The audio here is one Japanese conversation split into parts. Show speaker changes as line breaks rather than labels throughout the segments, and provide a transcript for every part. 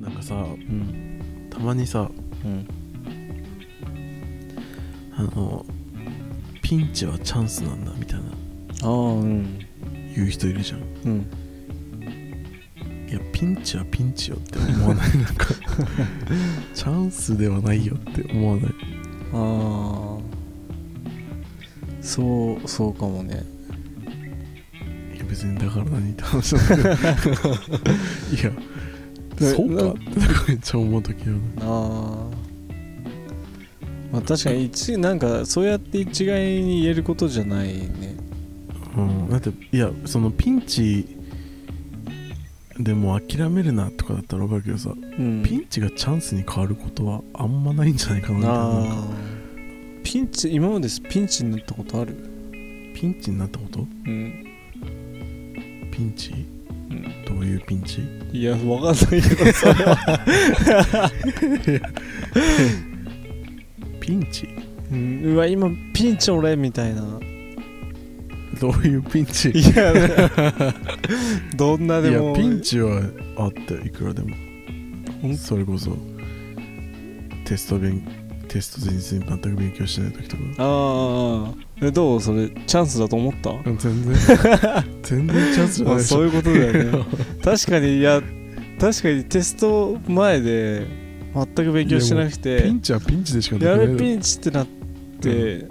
なんかさ
うん
たまにさ
うん
あのピンチはチャンスなんだみたいな
ああうん
言う人いるじゃん
うん
いやピンチはピンチよって思わないなんかチャンスではないよって思わない
ああそうそうかもね
いや別にだから何って話なんだけどいや
な
そう
な
かってなんかめっちゃ思う時ある
ああまあ確かに一なんかそうやって一概に言えることじゃないね
うんだっていやそのピンチでも諦めるなとかだったら分かるけどさ、
うん
ピンチがチャンスに変わることはあんまないんじゃないかなみたいななんか
あーピンチ今までピンチになったことある
ピンチになったこと
うん、
ピンチ
うん、
どういうピンチ
いやわかんないけどそ れは
ピンチ
うんうわ今ピンチ俺みたいな
どういうピンチ
いや どんなでも
いやピンチはあったよいくらでも
ほん
それこそテスト勉テスト前日に全く勉強してない時とか
ああえどうそれチャンスだと 思った
全然全然チャンスじゃない
あ
でし
そう
ょ
いうこと だよね確かにいや確かにテスト前で全く勉強してなく
ピ
て
ンチはピンチでしかできな
や
いだろ
べピンチってなって、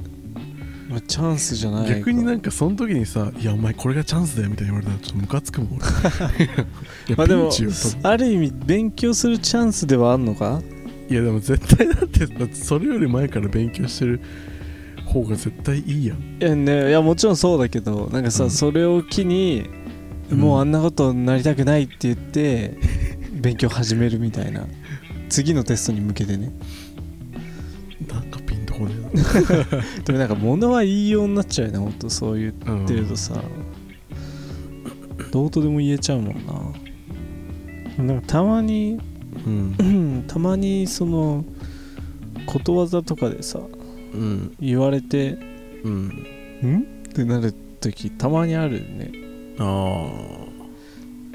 まあ、チャンスじゃないか
逆になんかその時にさ「いやお前これがチャンスだよ」みたいに言われたらちょっとムカつくもん俺いや
まあで
ピ
も
ンチよ多分
ある意味勉強するチャンスではあんのか
いやでも絶対だってだってそれより前から勉強してる方が絶対いいやん
いや,、ね、いやもちろんそうだけどなんかさ、
うん
それを機に、
うん
もうあんなことになりたくないって言って勉強始めるみたいな次のテストに向けてね
なんかピンとこね
でもなんか物は言いようになっちゃうよねほんとそういう
えな、うん
ってるとさ、どうとでも言えちゃうもんななんかたまに
うん
たまにそのことわざとかでさ
うん
言われて「
うん
ん?」ってなる時たまにあるよね
あ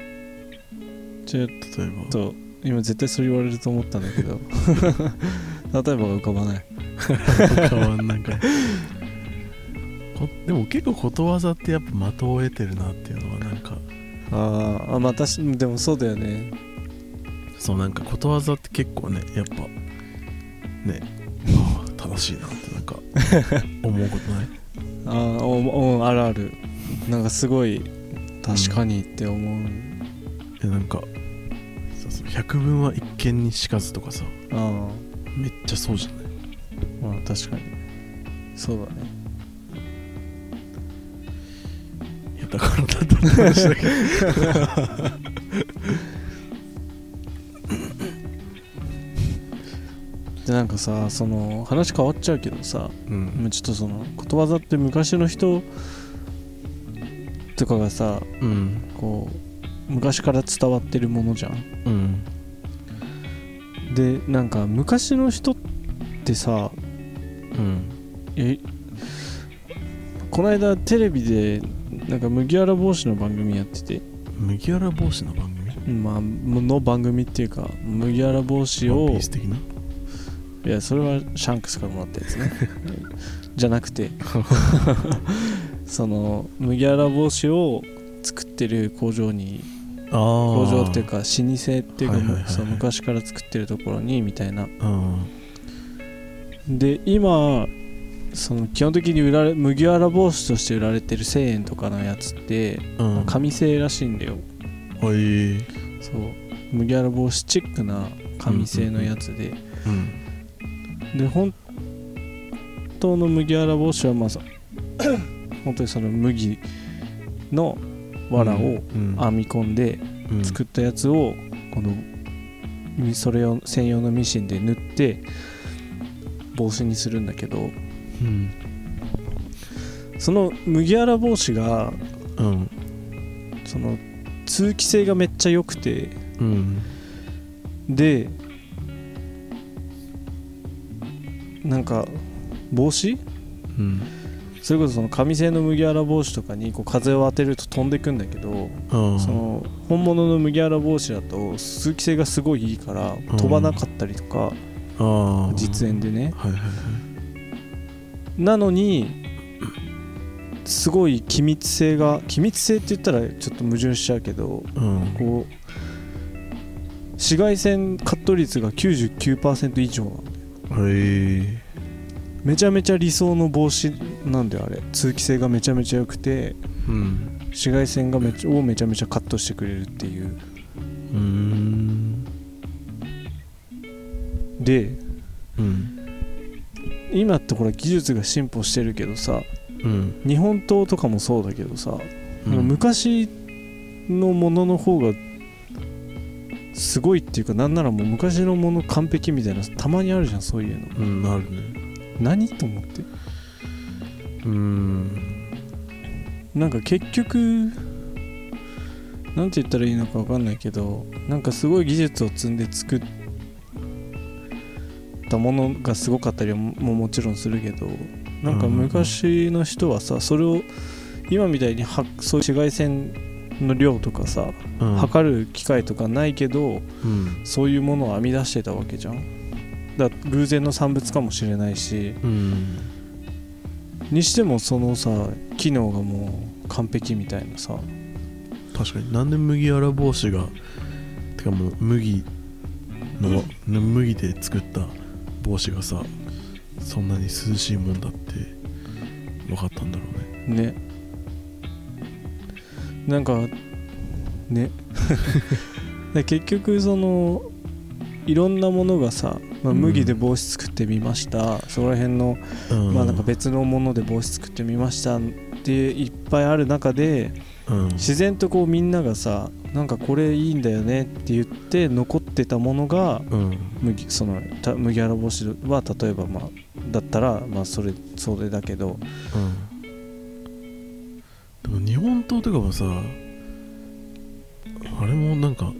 あ
ちょっ
例えば
と今絶対それ言われると思ったんだけ ど例えばが浮かばない
変わん なんかこでも結構ことわざってやっぱ的を得てるなっていうのはなんか
あーあまあ確かにでもそうだよね
そうなんかことわざって結構ねやっぱねああ正しいなってなんか思うことない
ああうんあるあるなんかすごい確かにって思う、
えなんかそうそう百聞は一見にしかずとかさ
ああ
めっちゃそうじゃない
まあ確かにそうだね
いやだからだって話だけど
でなんかさその話変わっちゃうけどさ
う
も
ん
うちょっとそのことわざって昔の人とかがさ
うん
こう昔から伝わってるものじゃん
うん
でなんか昔の人ってさ
うん
えこの間テレビでなんか麦わら帽子の番組やってて、
麦わら帽子の番組
まあ、の番組っていうか麦わら帽子
ワンピ
を
ース的ない
やそれはシャンクスからもらったやつ ねじゃなくてその麦わら帽子を作ってる工場に
ああ
工場っていう
か
か老舗っていう
はいはいはいはい
かその昔から作ってるところにみたいな
うん
で今その基本的に売られ麦わら帽子として売られてる1000円とかのやつって
うん
紙製らしいんだよ
はい
そう麦わら帽子チックな紙製のやつで、
うん
で本当 の麦わら帽子はまあさ本当にその麦の藁を
うん
編み込んで
うん
作ったやつをこのみそれを専用のミシンで縫って帽子にするんだけど
うん
その麦わら帽子が
うん
その通気性がめっちゃ良くて
うん
でなんか帽子
うん
それこそその紙製の麦わら帽子とかにこう風を当てると飛んでくんだけど
ああ
その本物の麦わら帽子だと通気性がすごいいいから
ん
飛ばなかったりとか
ああ
実演でね
はいはいはい
なのにすごい気密性が気密性って言ったらちょっと矛盾しちゃうけど
うん
こう紫外線カット率が99%以上なの
へえ
めちゃめちゃ理想の帽子なんだよあれ通気性がめちゃめちゃ良くて
うん
紫外線がめちゃをめちゃめちゃカットしてくれるっていう
うーん
で
うん
今ってほら技術が進歩してるけどさ
うん
日本刀とかもそうだけどさ、
うん
昔のものの方がすごいっていうかなんならもう昔のもの完璧みたいなたまにあるじゃんそういうの
うんあるね
何と思って
うーん
なんか結局なんて言ったらいいのか分かんないけどなんかすごい技術を積んで作ったものがすごかったりもももちろんするけどなんか昔の人はさそれを今みたいにはそういう紫外線の量とかさ
うん
測る機会とかないけど
うん
そういうものを編み出してたわけじゃん。だから偶然の産物かもしれないし
うん
にしてもそのさ機能がもう完璧みたいなさ
確かになんで麦わら帽子がてかもう麦の、麦で作った帽子がさそんなに涼しいもんだって分かったんだろうね
ねなんかね で結局そのいろんなものがさ、まあ、
うん
麦で帽子作ってみました、そこら辺の、
うん
まあ、なんか別のもので帽子作ってみましたっていっぱいある中で
うん
自然とこうみんながさなんかこれいいんだよねって言って残ってたものが
うん
麦そのた麦わら帽子は例えばまあだったらまあそれそれだけど
でも日本刀とかもさあれもなんか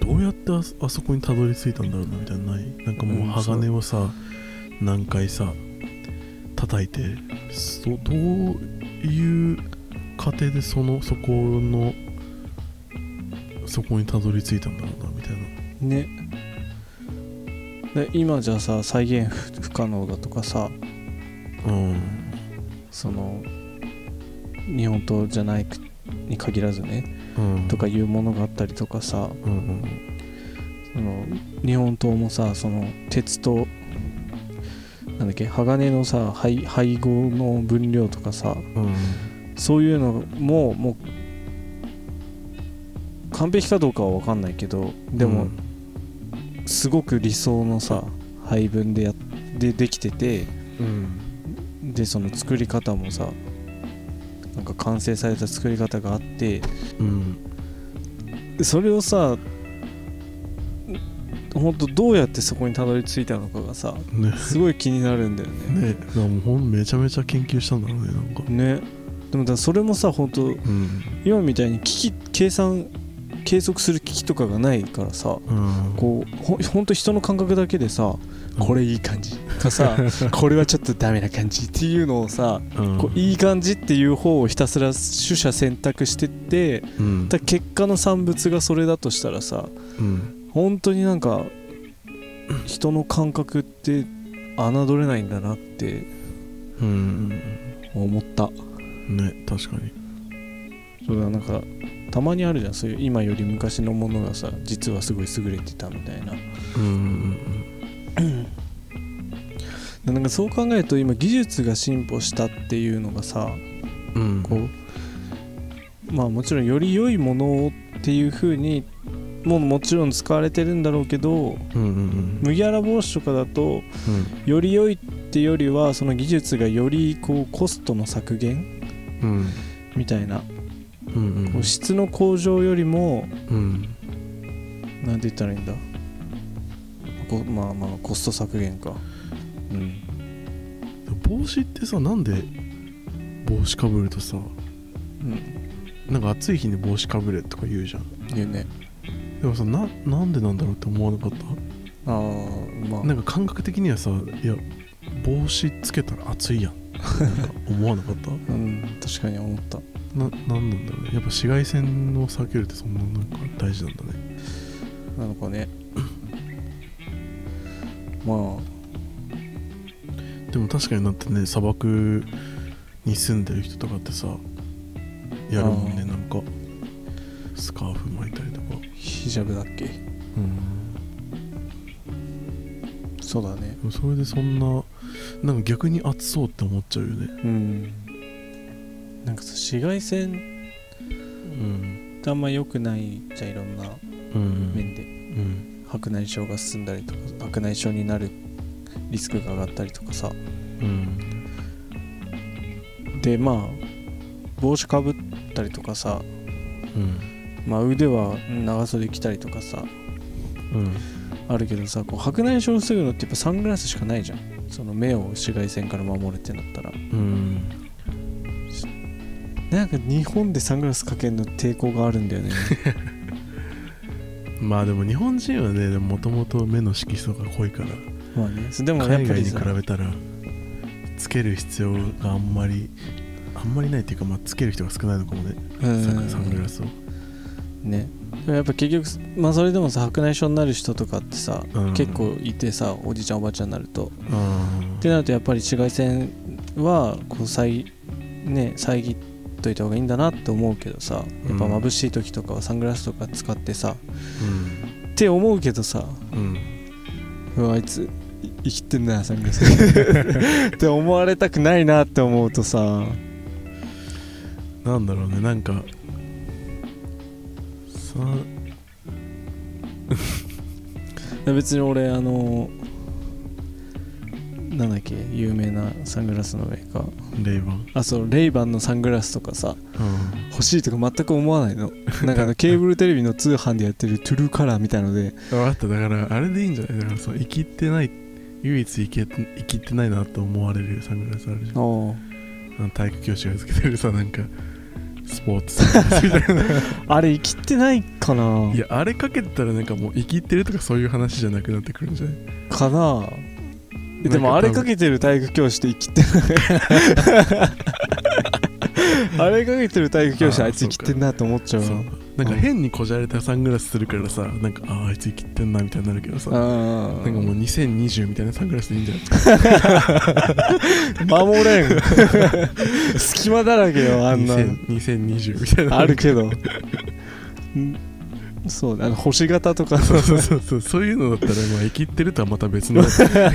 どうやってあそあそこにたどり着いたんだろうなみたいなのないなんかもう鋼をさ、何回さ叩いてそどういう過程でそのそこのそこにたどり着いたんだろうなみたいな
ねで今じゃさ再現不不可能だとかさ
うん
その日本刀じゃないくに限らずね
うん
とかいうものがあったりとかさ
うんうん
その日本刀もさその鉄となんだっけ鋼のさ配配合の分量とかさ
うん
そういうのももう完璧かどうかは分かんないけどでも、すごく理想のさ配分でやっでできてて
うん
でその作り方もさなんか完成された作り方があって
うん
それをさほんとどうやってそこにたどり着いたのかがさ
うんね
すごい気になるんだよね
ねだからもうほんめちゃめちゃ研究したんだろうねなんか
ねでもだからそれもさほんと
うん
今みたいに機器計算計測する機器とかがないからさ
うん
こうほほんと人の感覚だけでさこれいい感じか さこれはちょっとダメな感じっていうのをさ
うん
こういい感じっていう方をひたすら取捨選択してって
うん
だ結果の産物がそれだとしたらさ
うん
本当になんか人の感覚って侮れないんだなって
うん
思った
ね確かに
そうだなんかたまにあるじゃんそういう今より昔のものがさ実はすごい優れてたみたいな
うん
なんかそう考えると今技術が進歩したっていうのがさ
うんうん
こうまあもちろんより良いものをっていう風にもうもちろん使われてるんだろうけど
うんうん
麦わら帽子とかだと
うん
より良いってよりはその技術がよりこうコストの削減
うん
みたいな
うん
こう質の向上よりも
うんうん
なんて言ったらいいんだこまあまあコスト削減かうん
帽子ってさなんで帽子かぶるとさ
うん
なんか暑い日に帽子かぶれとか言うじゃん
言うね
でもさななんでなんだろうって思わなかった
ああまあ
なんか感覚的にはさいや帽子つけたら暑いやんなんか思わなかった
うん確かに思った
ななんなんだろうねやっぱ紫外線を避けるってそんななんか大事なんだね
なのかねま
でも確かになってね砂漠に住んでる人とかってさやるもんね
あー
なんかスカーフ巻いたりとか
あヒジャブだっけ
うん
そうだね
でもそれでそんななんか逆に暑そうって思っちゃうよね
うんなんかさ紫外線
うん
ってあんま良くないじゃんいろんな
うん
面で、
うん
白内障が進んだりとか白内障になるリスクが上がったりとかさ
うん
でまあ帽子かぶったりとかさ、
うん
まあ、腕は長袖着たりとかさ
うん
あるけどさこう白内障を防ぐのってやっぱサングラスしかないじゃんその目を紫外線から守るってなったら
うん
なんか日本でサングラスかけるの抵抗があるん だよね
まあでも日本人はねもともと目の色素が濃いから
まあねそうでもやっ
海
ぱ
外
り
に比
さ
べたらつける必要があんまりあんまりないっていうか、まあ、つける人が少ないのかもね
うん
サンサングラスを
ねでもやっぱ結局まあそれでもさ白内障になる人とかってさ、
うん
結構いてさおじいちゃんおばあちゃんになると
うん
ってなるとやっぱり紫外線はこう遮,、ね、遮っといた方がいいんだなって思うけどさやっぱ
うん
眩しい時とかはサングラスとか使ってさ、
うん
って思うけどさ
うん
うわあいつい生きてんなサングラス って思われたくないなって思うとさ
なんだろうねなんかさ
別に俺あのなんだっけ有名なサングラスのメーカー
レイバン
あそうレイバンのサングラスとかさ
うん
欲しいとか全く思わないのなんかあのケーブルテレビの通販でやってるトゥルーカラーみたいので
分かっただからあれでいいんじゃないだからそう生きてない唯一生きて生きてないなと思われるサングラスあるじゃんあの体育教師がつけてるさなんかスポーツサングラスみたいな
あれ生きてないかない
やあれかけてたらなんかもう生きってるとかそういう話じゃなくなってくるんじゃない
かなえでも
な
あ
んか多分
れかけてる体育教師って生きてない あれかけてる体育教師
あー
あいつ生きてんなと思っちゃうわ
そうなんか変にこじゃれたサングラスするからさなんかあーあいつ生きってんなみたいになるけどさなんか
あー
もう2020みたいなサングラスでいいんじゃない
守れん 隙間だらけよあんな
2000 2020みたいな
ある けどんそうねあの星型とか
そうそうそうそうそういうのだったらまあ生きってるとはまた別 のい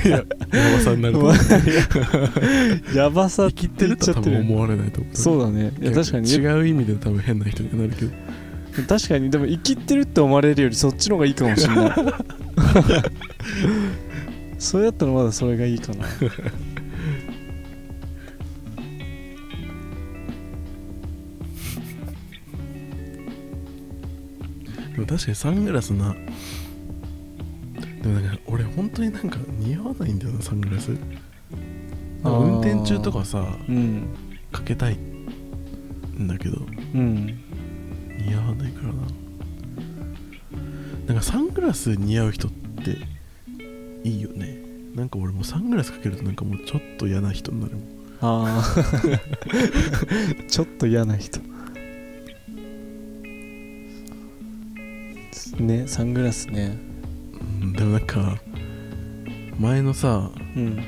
やヤバさになると思う
やばさ
生きってるとは多分思われないと思う
そうだねいや確かに
違う意味で多分変な人になるけど
確かにでも生きってるって思われるよりそっちの方がいいかもしれない それだったらまだそれがいいかな
でも確かにサングラスなでもなんか俺本当になんか似合わないんだよなサングラス
あー
運転中とかさ
うん
かけたいんだけど
うん
似合わないからななんかサングラス似合う人っていいよねなんか俺もうサングラスかけるとなんかもうちょっと嫌な人になるもん
ああ ちょっと嫌な人ねサングラスね
うんでもなんか前のさ
うん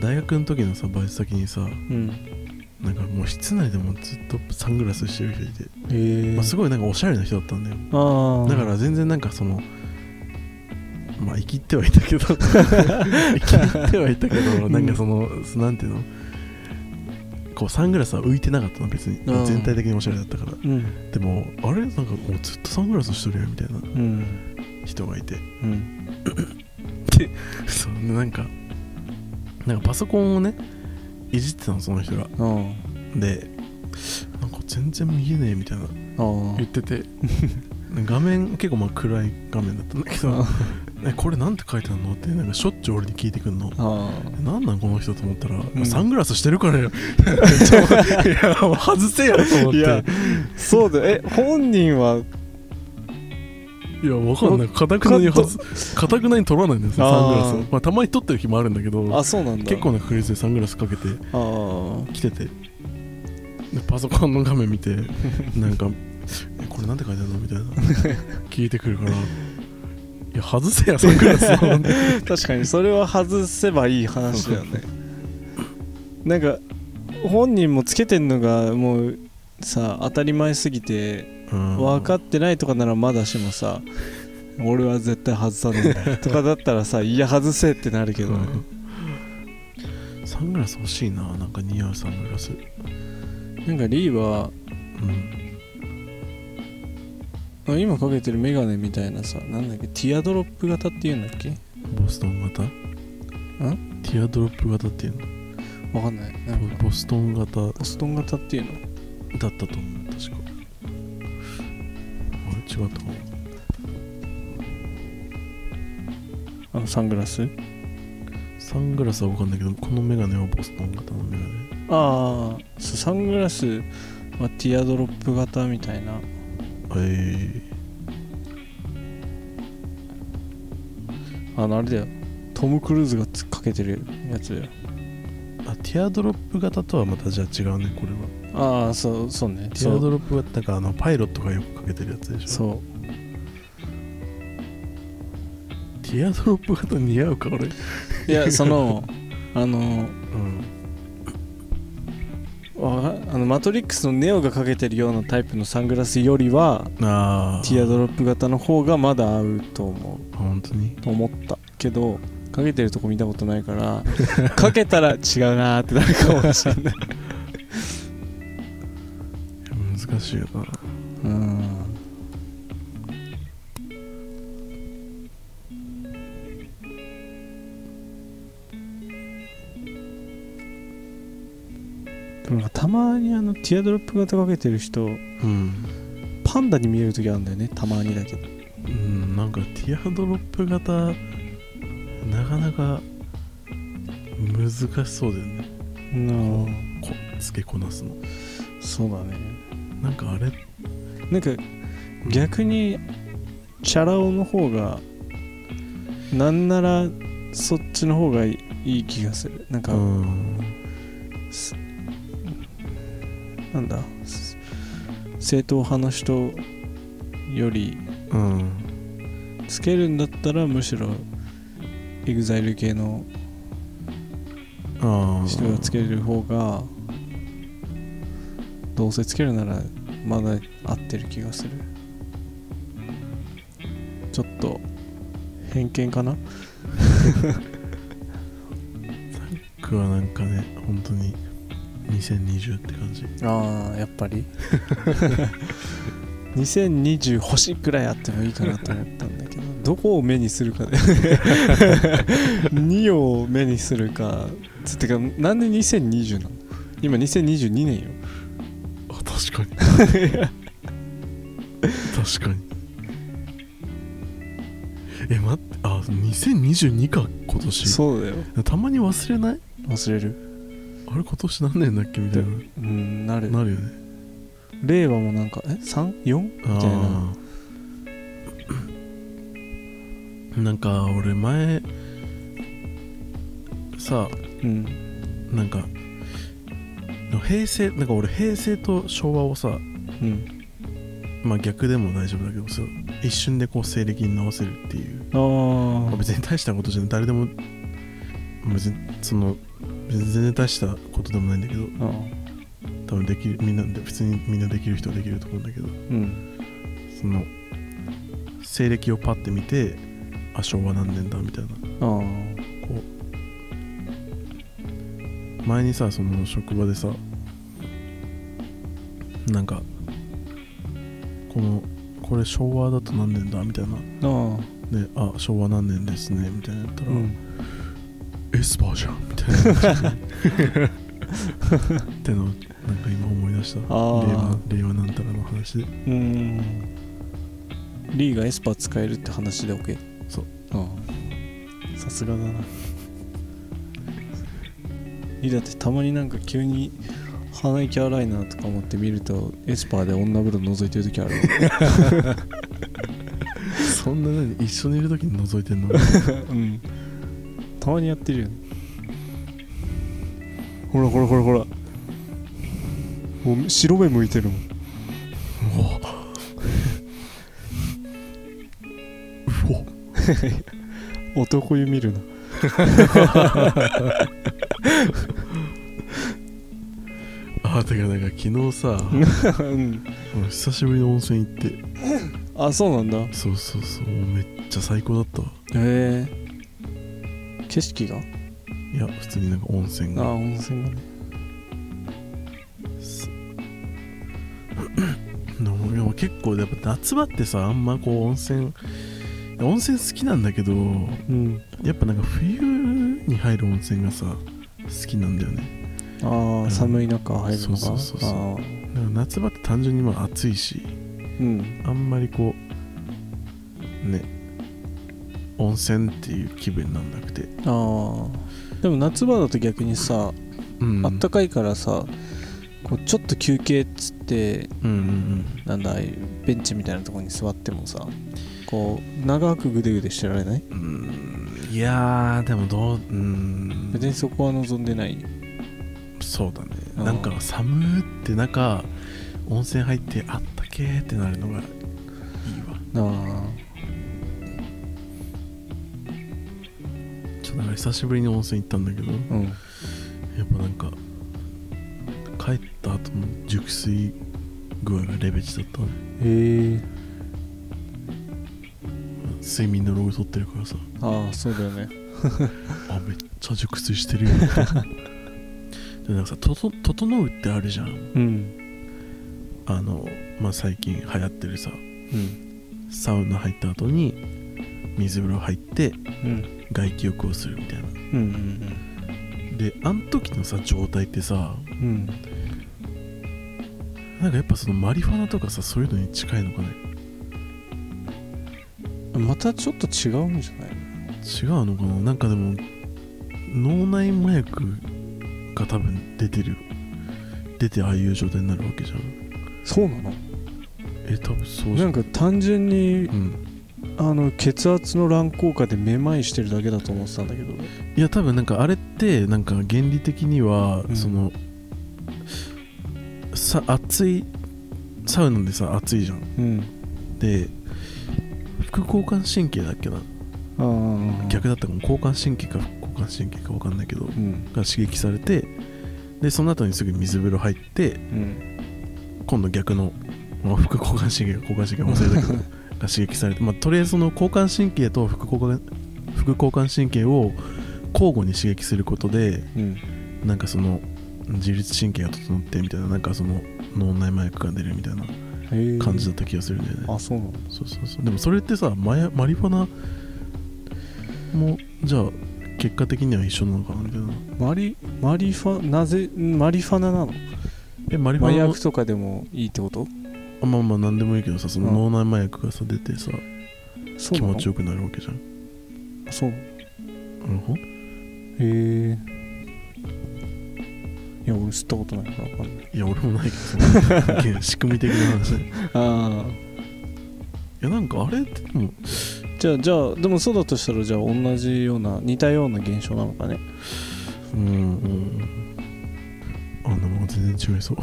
大学の時のさバイト先にさ
うん
なんかもう室内でもずっとサングラスしてる人いて
へえ
まあ、すごいなんかおしゃれな人だったんだよ
ああ
だから全然なんかそのまあ生きってはいたけ ど生きってはいたけど
ん
なんかその、なんていうのこうサングラスは浮いてなかったの別に
うん
全体的におしゃれだったから
うん
でもあれなんかもうずっとサングラスしてるよみたいな
うん
人がいて
うん
そうでなんかなんかパソコンをねいじってたのその人が
うん
でなんか全全然見えねえみたいな
あー
言ってて 画面結構まあ暗い画面だったんだけど えこれなんて書いてあるのってなんかしょっちゅう俺に聞いてくんの
あ
なんなんこの人と思ったら、
ん
サングラスしてるから よいやもう外せよと思っ
ー
てい
い
や
やそうだよえ本人は
わかんないかたくなに外すかたくなに取らないんですよサングラス
あ
を、まあ、たまに取ってる日もあるんだけど
あそうなんだ
結構な確率でサングラスかけて
あー
来ててでパソコンの画面見 てなんかえ「これなんて書いてあるの?」みたいな聞いてくるから「いや外せやサングラスを」
確かにそれは外せばいい話だよねなんか本人もつけてんのがもうさ当たり前すぎて
うん
分かってないとかならまだしもさ俺は絶対外さないとかだったらさいや外せってなるけどね
うんサングラス欲しいななんか似合うサングラス、
なんかリーは
うん、
あ今かけてるメガネみたいなさなんだっけティアドロップ型っていうんだっけ
ボストン型ティアドロップ型っていうの
わかんないなんか
ボボストン型だ
ボストン型っていうの
ったと思う確かあれ違ったかな
あのサングラス
サングラスは分かんないけどこのメガネはボストン型のメガネ
ああサングラスはティアドロップ型みたいな
え
あのあれだよトム・クルーズがつかけてるやつだよ
ー、あティアドロップ型とはまたじゃあ違うねこれは
ああそうそうね
ティアドロップ型だからあのパイロットがよくかけてるやつでしょ
そうそう
ティアドロップ型似合うか俺
いやその あの
うん
わかあのマトリックスのネオがかけてるようなタイプのサングラスよりは
ああ
ティアドロップ型の方がまだ合うと思
あ本当に
うと思ったけどかけてるとこ見たことないから かけたら違うなーってなるかもしれない
難しいよな
うんでもなんかたまにあのティアドロップ型かけてる人
うん
パンダに見える時あるんだよねたまにだけど
うんなんかティアドロップ型なかなか難しそうだよね
うん
こ付けこなすの
そうだね
なんかあれ
なんか逆にチャラ男の方がなんならそっちの方がいい気がするなんか、
うん
すなんだす正統派の人より
うん
つけるんだったらむしろエグザイル系の
ああ
人がつける方がどうせつけるならまだ合ってる気がするちょっと偏見かな
僕はなんかね本当に2020って感じ
ああやっぱり 2020星くらいあってもいいかなと思ったんだけどどこを目にするかで 2を目にするかつってかなんで2020なの今2022年よ
あ確か に確かにえ待ってあ2022か今年
そうだよ
たまに忘れない
忘れる
あれ今年何年だっけみたいな
うんなる
なるよね
令和もなんかえ 34?
あ
みたいな
ーなんか俺前さ
うん
なんか平成なんか俺平成と昭和をさ
うん
まあ逆でも大丈夫だけどそう一瞬でこう西暦に直せるっていう、まあ、
あ
別に大したことじゃない誰でもまあ別にその別に全然大したことでもないんだけど
ああ
多分できるみんなで普通にみんなできる人はできると思うんだけど
うん
その西暦をパッて見てあ昭和何年だみたいな
ああ
こう前にさその職場でさなんかこのこれ昭和だと何年だみたいな
ああ
で「あ昭和何年ですね」みたいなやったら「
うん
エスパーじゃん」みたいなってのをなんか今思い出した令
あー
和令和なんたらの話で
うーんリーがエスパー使えるって話で OK
そう
ああさすがだな リーだってたまになんか急に鼻息荒いなとか思って見るとエスパーで女風呂覗いてる時ある
そんな何一緒にいる時に覗いてんの
うんたまにやってるよねほらほらほらほらもう白目向いてるもん
うお
男湯見るな
あーてかなんか昨日 さ
うん
俺久しぶりの温泉行って
あそうなんだへ
そうそうそうもうめっちゃ最高だったわ
え景色が
いや普通になんか温泉
あ
が
温泉がね
す でもでも結構やっぱ夏場ってさあんまこう温泉温泉好きなんだけど
うん
やっぱなんか冬に入る温泉がさ好きなんだよね
あ
ん
あ寒い中入るの
そう
か
そうそうそう
ああ
だから夏場って単純にまあ暑いし
うん
あんまりこうね温泉っていう気分になんなくて、
ああでも夏場だと逆にさ、
うん
あったかいからさこうちょっと休憩っつって
うんうん
なんだああいうベンチみたいなところに座ってもさこう長くぐでぐでしてられない
うんうんいやーでもどううん
別にそこは望んでない
そうだね
うん
なんか寒ーって中温泉入ってあったけーってなるのがいいわ
ああ
ちょっとなんか久しぶりに温泉行ったんだけどや
うん
っぱなんか帰った後の熟睡具合がレベチだったね
へえ
睡眠のログ取ってるからさ
ああそうだよね
あめっちゃ熟睡してるよでなんかさとと「整う」ってあるじゃん
うん
あの、まあ、最近流行ってるさ
うん
サウナ入った後に水風呂入って
うん
外気浴をするみたいな
うん
であの時のさ状態ってさ
うんうん
なんかやっぱそのマリファナとかさそういうのに近いのかね
またちょっと違うんじゃない
違うのかななんかでも脳内麻薬が多分出てる出てああいう状態になるわけじゃん
そうなの
え多分そうじ
な
ゃ
んか単純に
うん
あの血圧の乱高下でめまいしてるだけだと思ってたんだけど
いや多分なんかあれってなんか原理的には、
うん
そのさ暑いサウナでさ暑いじゃん
うん
で副交感神経だっけな、
ああ
逆だったかも交感神経か副交感神経か分かんないけどが
うん
刺激されてでその後にすぐ水風呂入って
うん
今度逆の、まあ、副交感神経か交感神経か忘れたけど が刺激されて、まあ、とりあえずその交感神経と副交感副交感神経を交互に刺激することで
うん
なんかその自律神経が整ってみたいななんかその脳内麻薬が出るみたいな
へえ
感じだった気がするんだよね、
あそうなの
そうそうそうでもそれってさマヤマリファナもじゃあ結果的には一緒なのかなみたいな
マリマリファなぜマリファナなの
えマリフ
麻
ァナの
薬とかでもいいってこと
あまあまあ何でもいいけどさその脳
う
内麻薬がさ出てさ
そう
気
なの
持ちよくなるわけじゃん
そうなの
うんほ
へえいや俺吸ったことないから分かんない
いや俺もないけどそのいや仕組み的な話ね
ああ
いやなんかあれってでも
じゃあじゃあでもそうだとしたらじゃあ同じような似たような現象なのかね
うんうんあでも全然違いそう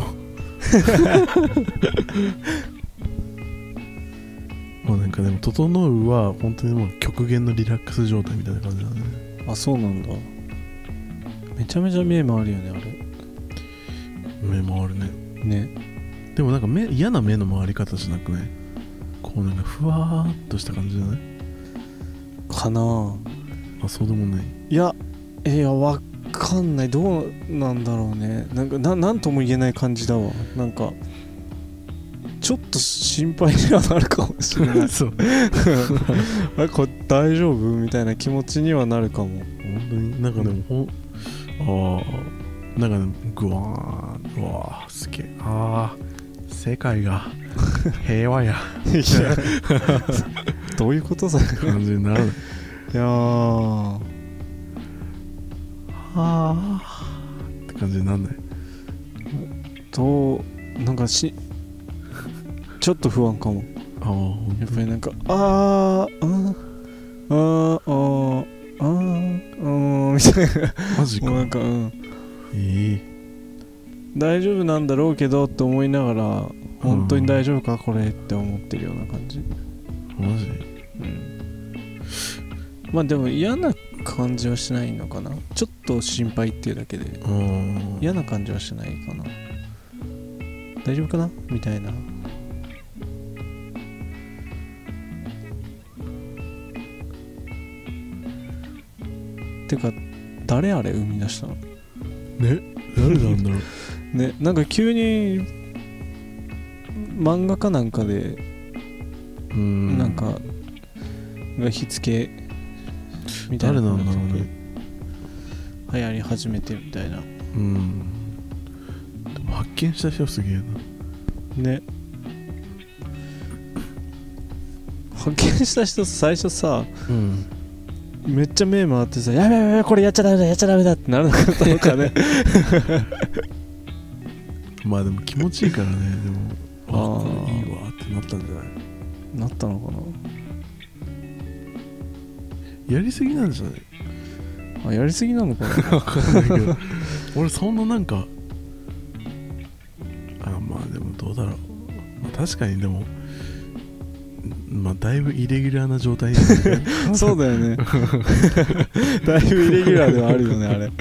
まあなんかでも「整う」は本当にもう極限のリラックス状態みたいな感じだね
あそうなんだめちゃめちゃ目回るよね
目回るね
あれね
でもなんか目嫌な目の回り方じゃなくないこうなんかふわーっとした感じじゃない
かなあ
あそうでもない
いやいやわかんないどうなんだろうねなんかななんとも言えない感じだわなんかちょっと心配にはなるかもしれ ない
そう
あれこれ大丈夫みたいな気持ちにはなるかも
本当になんかでもほん、ああなんかねグワーンうわーすげえあー世界が 平和や
いやどういうことさ
感じになる
いやー
あーって感じになんない
どうなんかしちょっと不安かも
ああほん
やっぱりなんかあーうんあーあーあーうーんみたい
マジか
なもうなんかうん
え
大丈夫なんだろうけどって思いながら
え
本当に大丈夫かこれって思ってるような感じ
うんマジ
うんまあでも嫌な感じはしないのかなちょっと心配っていうだけで
うん
嫌な感じはしないかな大丈夫かなみたいなてか誰あれ生み出したの
ね誰なんだろう
ねなんか急に漫画かなんかで
うん
なんかが火付けみたい
誰
な
な
感
んだろ
じで
うね
流行り始めてみたいな
うんでも発見した人すげえな
ね発見した人最初さ
うん
めっちゃ目回ってさ「やべやべやべこれやっちゃダメだやっちゃダメだ」ってならなかったのかね
まあでも気持ちいいからねでも
あ
あ
ー
いいわってなったんじゃない
なったのか
やりすぎなんじゃない
なあやりすぎなのかな
わかんないけど俺そんななんかあまあでもどうだろう、まあ、確かにでもまあだいぶイレギュラーな状態だ よね
そうだよ ねだいぶイレギュラーではあるよねあれ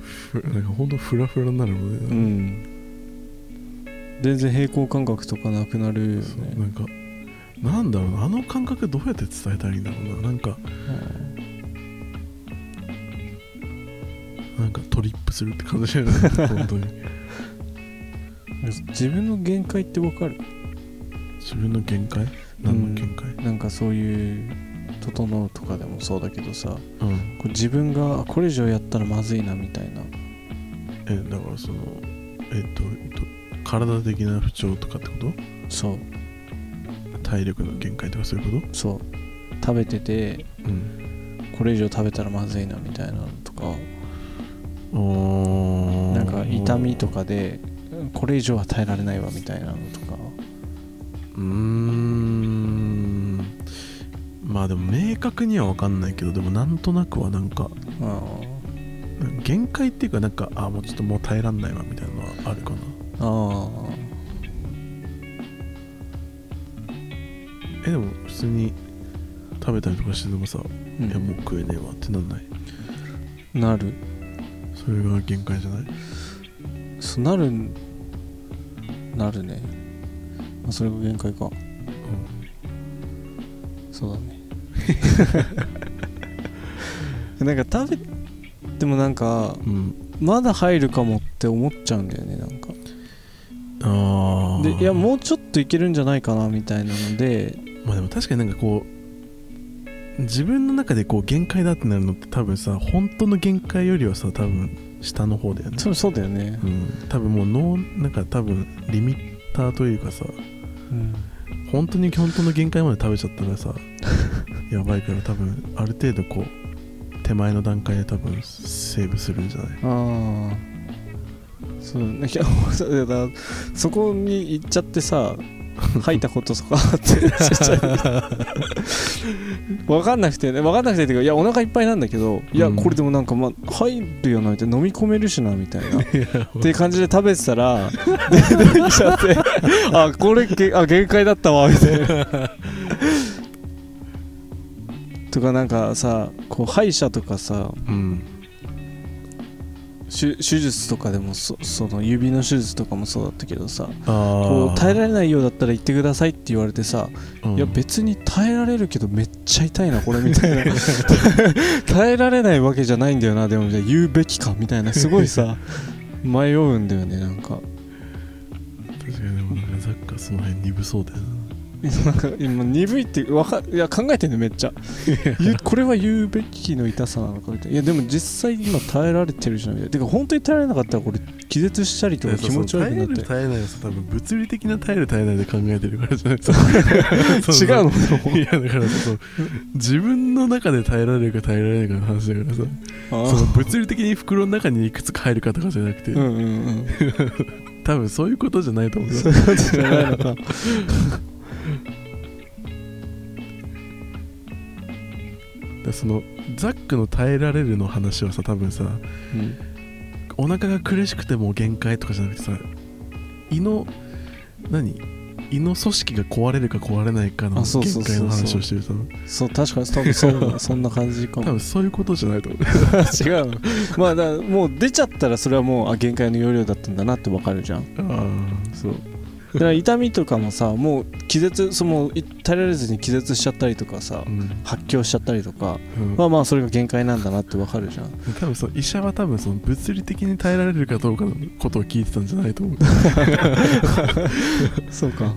ふなんかほんとフラフラになるもんね、
うん全然平行感覚とかなくなるよ
そう
ね
なんかなんだろうなあの感覚どうやって伝えたらいいんだろうななんかなんかトリップするって感じだよね本当に
うん自分の限界ってわかる
自分の限界何の限界
なんかそういう「整う」とかでもそうだけどさ
うん、
こう自分があこれ以上やったらまずいなみたいな
えだからそのえっとえっと体的な不調とかってこ
そう
と体力の限界とかそういうこ
そう食べてて
とうん
これ以上食べたらまずいなみたいなのとか
おー
なんか痛みとかでこれ以上は耐えられないわみたいなのとか
うーんまあでも明確には分かんないけどでもなんとなくはなんか
あ
限界っていうかなんかあもうちょっともう耐えらんないわみたいなのはあるかな
ああ
えでも普通に食べたりとかしててもさ、
あ、
いやもう食えねえわってなんない
なる
それが限界じゃない
そうなるなるね、まあ、それが限界かそうだねなんか食べてもなんか
うん、うん、
まだ入るかもって思っちゃうんだよねなんか
ああ
でいやもうちょっといけるんじゃないかなみたいなので
まあでも確かになんかこう自分の中でこう限界だってなるのって多分さ本当の限界よりはさ多分下の方だよね
そうそうだよね
うん、多分もう脳なんか多分リミッターというかさ
うん、
本当に本当の限界まで食べちゃったら さやばいから多分ある程度こう手前の段階で多分セーブするんじゃない
ああそうねいやそうだよなそこに行っちゃってさ吐いたこととかあって分かんなくてね分かんなくてっていうかいやお腹いっぱいなんだけどいや
うん
これでもなんかまあ入るよなみたいな飲み込めるしなみたいなっていう感じで食べてたら出てきちゃってあこれげあ限界だったわみたいなとかなんかさこう歯医者とかさ
うん
手手術とかでもそその指の手術とかもそうだったけどさ
ああ
こう耐えられないようだったら言ってくださいって言われてさ、
うん
いや別に耐えられるけどめっちゃ痛いなこれみた いな耐えられないわけじゃないんだよなでも言うべきかみたいなすご いさ迷うんだよねなんか
確かにでもなんかザッカーその辺鈍そうだよな
なんか今鈍いってわかいや考えてんのめっちゃゆこれは言うべきの痛さなのかみたいないやでも実際今耐えられてるじゃんみたいなてか本当に耐えられなかったらこれ気絶したりとか気持ち悪くな
耐え
っ
る
て
耐えないはさ多分物理的な耐える耐えないで考えてるからじゃ ないですか
違うの
いやだからその自分の中で耐えられるか耐えられないかの話だからさ
あ
その
ー
物理的に袋の中にいくつか入るかとかじゃなくて、
うん うんうん
多分そういうことじゃないと思うよ
そういうことじゃないの
だ
か
からそのザックの耐えられるの話はさ多分さ
うん
お腹が苦しくてもう限界とかじゃなくてさ胃の何胃の組織が壊れるか壊れないかの
あそう
限
そうそう
界
そう
の話をしてるさ
そう確かに多分そうだそんな感じか
多
も違う
分そういうことじゃないと思う
のまあだからもう出ちゃったらそれはもうあ限界の容量だったんだなってわかるじゃん
あ
そうだから痛みとかもさもう気絶その耐えられずに気絶しちゃったりとかさ
あうん、
発狂しちゃったりとか
うん
まあまあそれが限界なんだなってわかるじゃん
多分その医者は多分その物理的に耐えられるかどうかのことを聞いてたんじゃないと思う
そうか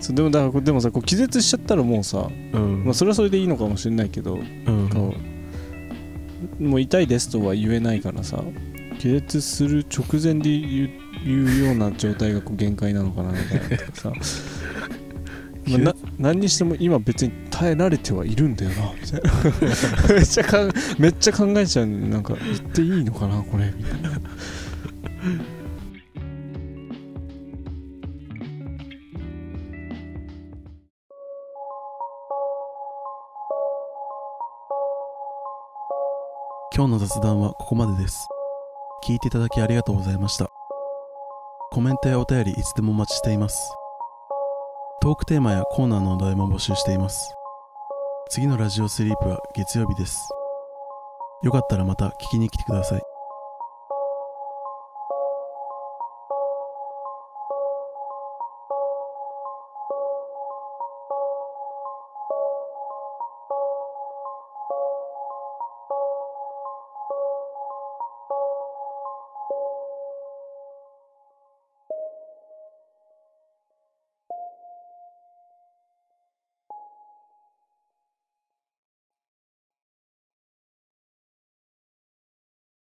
そうでもだからこうでもさこう気絶しちゃったらもうさ、
うん
まあ、それはそれでいいのかもしれないけど、
うん
こうもう痛いですとは言えないからさ気絶する直前で言う言うような状態がこう限界なのかなみたいなとか さまあな何にしても今別に耐えられてはいるんだよな みたいなめっちゃかんめっちゃ考えちゃうねなんか言っていいのかなこれみたいな
今日の雑談はここまでです聞いていただきありがとうございましたコメントやお便りいつでもお待ちしていますトークテーマやコーナーのお題も募集しています次のラジオスリープは月曜日ですよかったらまた聞きに来てください